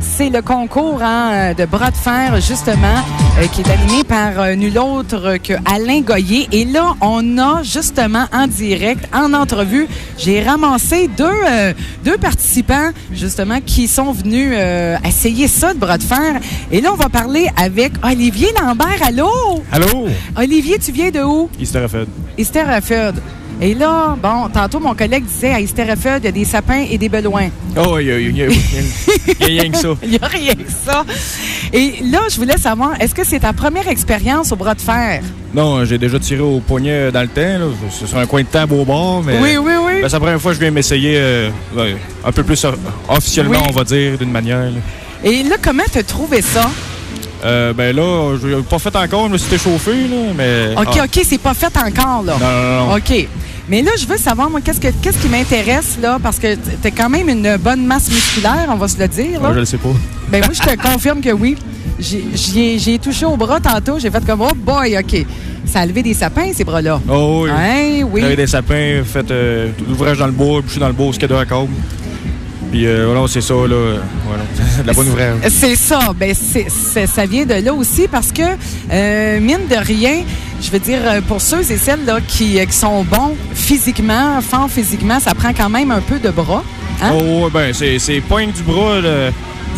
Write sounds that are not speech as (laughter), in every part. c'est le concours hein, de bras de fer, justement, euh, qui est animé par euh, nul autre que Alain Goyer. Et là, on a justement en direct, en entrevue, j'ai ramassé deux, euh, deux participants, justement, qui sont venus euh, essayer ça de bras de fer. Et là, on va parler avec Olivier Lambert. Allô? Allô? Olivier, tu viens de où? Easter Fed. Easter Efford. Et là, bon, tantôt, mon collègue disait à Easter Efford, il y a des sapins et des belouins. Oh, il y a, il y a- il y a- il y a rien que ça. (laughs) Il n'y a rien que ça. Et là, je voulais savoir, est-ce que c'est ta première expérience au bras de fer? Non, j'ai déjà tiré au poignet dans le temps. là. C'est sur un coin de table au bord, mais... Oui, oui, oui. Ben, c'est la première fois que je viens m'essayer euh, ouais, un peu plus o- officiellement, Oui. on va dire, d'une manière. là. Et là, comment t'as trouvé ça? Euh, ben là, je l'ai pas fait encore, je me suis échauffé, là, mais... OK, Ah. OK, c'est pas fait encore, là. Non, non, non. OK. Mais là, je veux savoir, moi, qu'est-ce, que, qu'est-ce qui m'intéresse, là, parce que t'as quand même une bonne masse musculaire, on va se le dire, là. Ah, je le sais pas. Ben moi, je te confirme que oui. J'ai, j'y ai- j'ai touché au bras tantôt, j'ai fait comme, oh boy, OK. Ça a levé des sapins, ces bras-là. Oh, oui. Hein, oui. J'avais des sapins, fait euh, l'ouvrage dans le bois, bouché dans le bois, skate de la câble. Puis euh, voilà, c'est ça, là. Voilà. (laughs) de la bonne ouvrage. C'est ça. Ben, c'est, c'est- ça vient de là aussi parce que, euh, mine de rien, je veux dire, euh, pour ceux et celles là, qui, euh, qui sont bons physiquement, forts physiquement, ça prend quand même un peu de bras. Hein? Oh, ouais, ben, c'est, c'est pointe du bras, le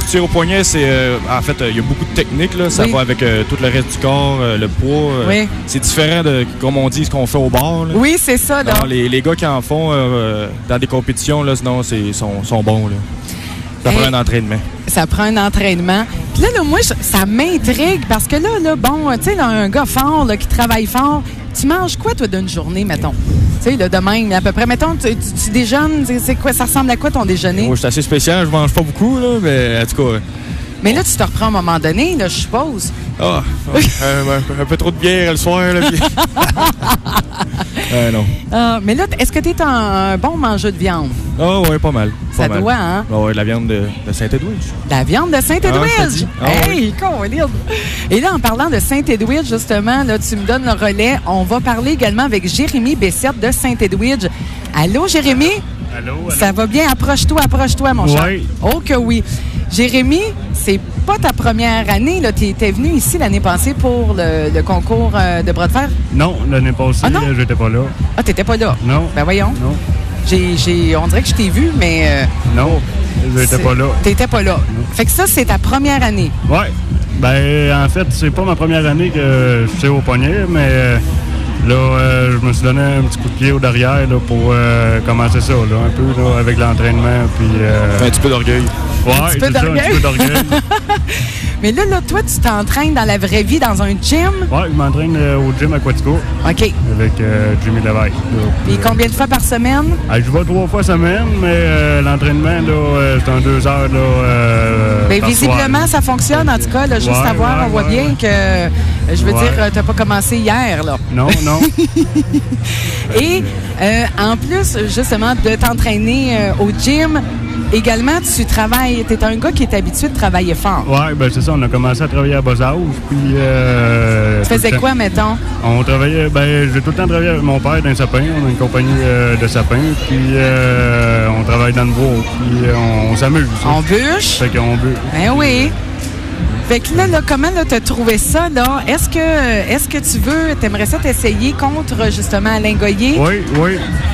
du tir au poignet, c'est. euh, en fait, euh, il y a beaucoup de techniques, là. Ça Oui. va avec euh, tout le reste du corps, euh, le poids. euh, Oui. C'est différent de, comme on dit, ce qu'on fait au bar, là. Oui, c'est ça. Là. Non, les, les gars qui en font euh, euh, dans des compétitions, là, sinon, c'est, sont, sont bons, là. Ça Hey. prend un entraînement. Ça prend un entraînement. Puis là, là, moi, je- ça m'intrigue parce que là, là bon, tu sais, là, un gars fort là, qui travaille fort, tu manges quoi, toi, d'une journée, mettons? Tu sais, là, de même, à peu près. Mettons, tu, tu- tu déjeunes, c'est- c'est quoi, ça ressemble à quoi ton déjeuner? Moi, je suis assez spécial, je mange pas beaucoup, là, mais en tout cas. Mais là, tu te reprends à un moment donné, là, je suppose. Ah, euh, un, un peu trop de bière le soir, là. (laughs) puis- Euh, non. Ah, mais là, t- est-ce que tu es un, un bon mangeur de viande? Ah, ouais, pas mal. pas Ça mal. doit, hein? Ah ouais, de la viande de, de Saint-Edouard. De La viande de Ah, Saint-Edwidge! je t'ai dit. Ah, hey, colline! Et là, en parlant de Saint-Edwidge, justement, là, tu me donnes le relais. On va parler également avec Jérémy Bessette de Saint-Edwidge. Allô, Jérémy? Allô, allô. Ça va bien? Approche-toi, approche-toi, mon cher. Oui. Oh que oui. Jérémy, c'est pas ta première année. Tu étais venu ici l'année passée pour le, le concours euh, de bras de fer. Non, l'année passée, Ah, non? euh, j'étais pas là. Ah, t'étais pas là? Non. Ben voyons. Non. J'ai, j'ai- on dirait que je t'ai vu, mais... euh, Non, j'étais C'est- pas là. T'étais pas là. Fait que ça, c'est ta première année. Ouais. Ben, en fait, c'est pas ma première année que je suis au poignet, mais euh, là, euh, je me suis donné un petit coup de pied au derrière là, pour euh, commencer ça, là, un peu, là, avec l'entraînement, puis... euh, Un petit peu d'orgueil. ouais, petit peu c'est ça, un d'orgueil. petit peu d'orgueil. Mais là, là, toi, tu t'entraînes dans la vraie vie, dans un gym. (laughs) ouais, je m'entraîne euh, au gym Aquatico OK. avec euh, Jimmy Lévesque. là. Puis combien de fois par semaine? Ah, je vais trois fois semaine, mais euh, l'entraînement, là, euh, c'est en deux heures, là, euh, Ben, par soir. visiblement, ça fonctionne. En tout cas, là, juste Ouais, à voir, ouais, on voit ouais, bien ouais. que, euh, je veux Ouais. dire, euh, t'as pas commencé hier, là. Non, (laughs) non. Et euh, en plus, justement, de t'entraîner euh, au gym, également, tu travailles. T'es un gars qui est habitué de travailler fort. Ouais, ben c'est ça, on a commencé à travailler à bas âge, puis... Euh, Tu faisais tout le quoi, temps- mettons? On travaillait, ben j'ai tout le temps travaillé avec mon père dans les sapins, on a une compagnie euh, de sapins, puis euh, on travaille dans le bois, puis euh, on s'amuse. On bûche? Fait qu'on veut. Ben oui. Fait que là, là comment là, t'as trouvé ça, là? Est-ce que, est-ce que tu veux, t'aimerais ça t'essayer contre, justement, Alain Goyer? Oui, oui.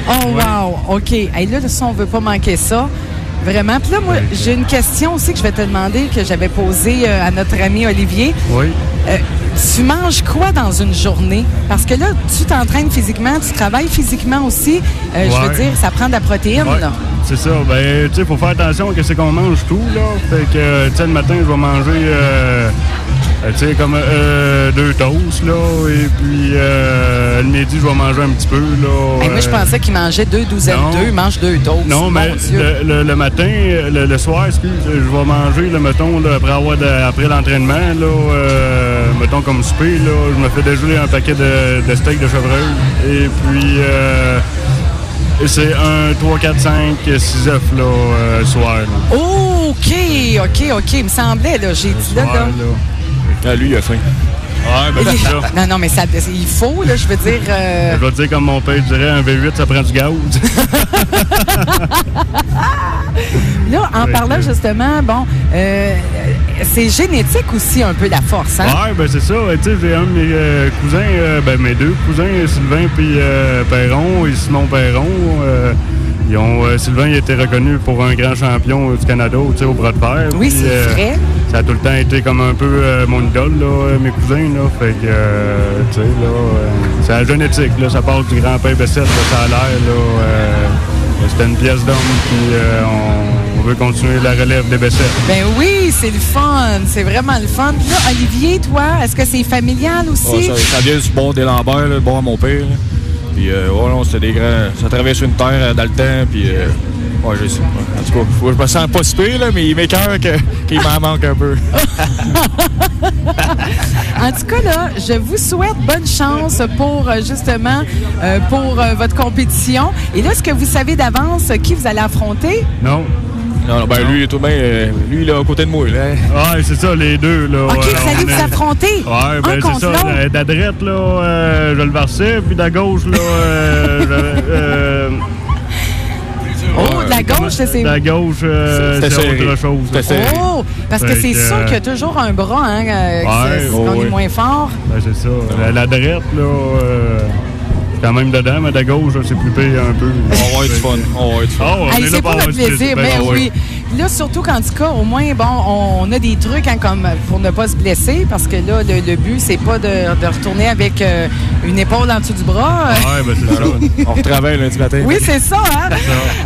Oh, Ouais. wow! OK. Hey, là, ça, on veut pas manquer ça. Vraiment. Puis là, moi, j'ai une question aussi que je vais te demander, que j'avais posée euh, à notre ami Olivier. Oui. Euh, tu manges quoi dans une journée? Parce que là, tu t'entraînes physiquement, tu travailles physiquement aussi. Euh, Je veux Ouais. dire, ça prend de la protéine, Ouais, là. C'est ça. Ben, tu sais, faut faire attention à ce qu'on mange tout, là. Fait que, euh, tu sais, le matin, je vais manger, euh, euh, tu sais, comme euh, deux toasts, là. Et puis, euh, le midi, je vais manger un petit peu, là. Hey, moi, je euh, pensais qu'il mangeait deux douzaines non. d'œufs, mange deux toasts. Non, Mon mais Dieu. le, le- le matin, le, le soir, excuse, je vais manger, le mettons, là, après, avoir de- après l'entraînement, là, euh, mettons comme souper, là, je me fais déjeuner un paquet de, de steak de chevreuil. Et puis, euh, c'est un 3, 4, 5, 6 œufs, là, euh, le soir. là. Oh, OK, OK, OK. Il me semblait, là, j'ai dit là, là. Ouais, là. Ah, lui, il a faim. Ouais, ben, c'est (laughs) ça. Non, non, mais ça, il faut, là, je veux dire. euh, Je vais te dire comme mon père dirait, un V8, ça prend du gaz. Là, en Ouais, parlant ouais. justement, bon, euh, c'est génétique aussi un peu la force, hein? Ouais, ben c'est ça. Ouais, tu sais, j'ai un de mes euh, cousins, euh, ben mes deux cousins, Sylvain puis euh, Perron et Simon Perron. euh, ils ont, euh, Sylvain il était reconnu pour un grand champion euh, du Canada tu sais, au bras de fer. Oui, Puis, euh, c'est vrai. Ça a tout le temps été comme un peu euh, mon idole, là, euh, mes cousins. Là, fait que, euh, tu sais, là, euh, c'est la génétique. Là, ça part du grand-père Bessette, là, ça a l'air. là, euh, C'était une pièce d'homme, puis euh, on, on veut continuer la relève des Bessette. Ben oui, c'est le fun. C'est vraiment le fun. Puis Là, Olivier, toi, est-ce que c'est familial Ouais, aussi? ça, ça vient du bon des Lambert, là, le bon à mon père. là. Puis, euh, ouais, non, c'était des grands. Ça traverse une terre euh, dans le temps, puis. euh, ouais, je sais. pas. En tout cas, faut- je me sens pas si pire, là, mais il m'écœure que- qu'il m'en manque un peu. En tout cas, là, je vous souhaite bonne chance pour euh, justement euh, pour euh, votre compétition. Et là, est-ce que vous savez d'avance qui vous allez affronter? Non? (laughs) Non, non, ben lui, tout bien, euh, lui, il est à côté de moi, là. Ouais, c'est ça, les deux. Là, OK, ouais, vous allez on vous est- affronter Ouais, un ben c'est contre ça. l'autre. la- De la droite, là, euh, je le versais, puis de la gauche, là, euh, je- euh, Oh, de la gauche, ça, de c'est... la gauche, euh, C'était c'est serré. autre chose. C'était serré. Oh! Parce que Fait c'est que- sûr qu'il y a toujours un bras, hein, euh, Ouais, c'est- oh qu'on est oui. moins fort. Ben, c'est ça. La, la droite, là, euh, c'est quand même dedans, mais de la gauche, là, c'est plus pire un peu. On va être fun. On va être fun. Ah, on Hey, est là c'est pour pour avoir notre du plaisir, Ben, ben ah, oui. Là, surtout qu'en tout cas, au moins, bon, on, on a des trucs hein, comme pour ne pas se blesser, parce que là, le, le but, c'est pas de, de retourner avec euh, une épaule en dessous du bras. Ouais, ben, c'est (laughs) ça. On retravaille lundi matin. Oui, c'est ça. Hein?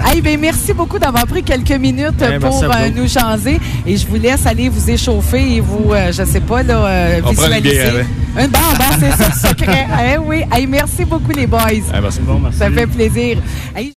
Hey, ben, merci beaucoup d'avoir pris quelques minutes Ben, pour merci à vous euh, autres. nous changer. Et je vous laisse aller vous échauffer et vous, euh, je sais pas, là, euh, On prend une visualiser. bière, hein? Une- bon, (laughs) bon, c'est ça le secret. Eh oui. Hey, merci beaucoup, les boys. Ah, merci. Bon, merci. Ça fait plaisir. Hey,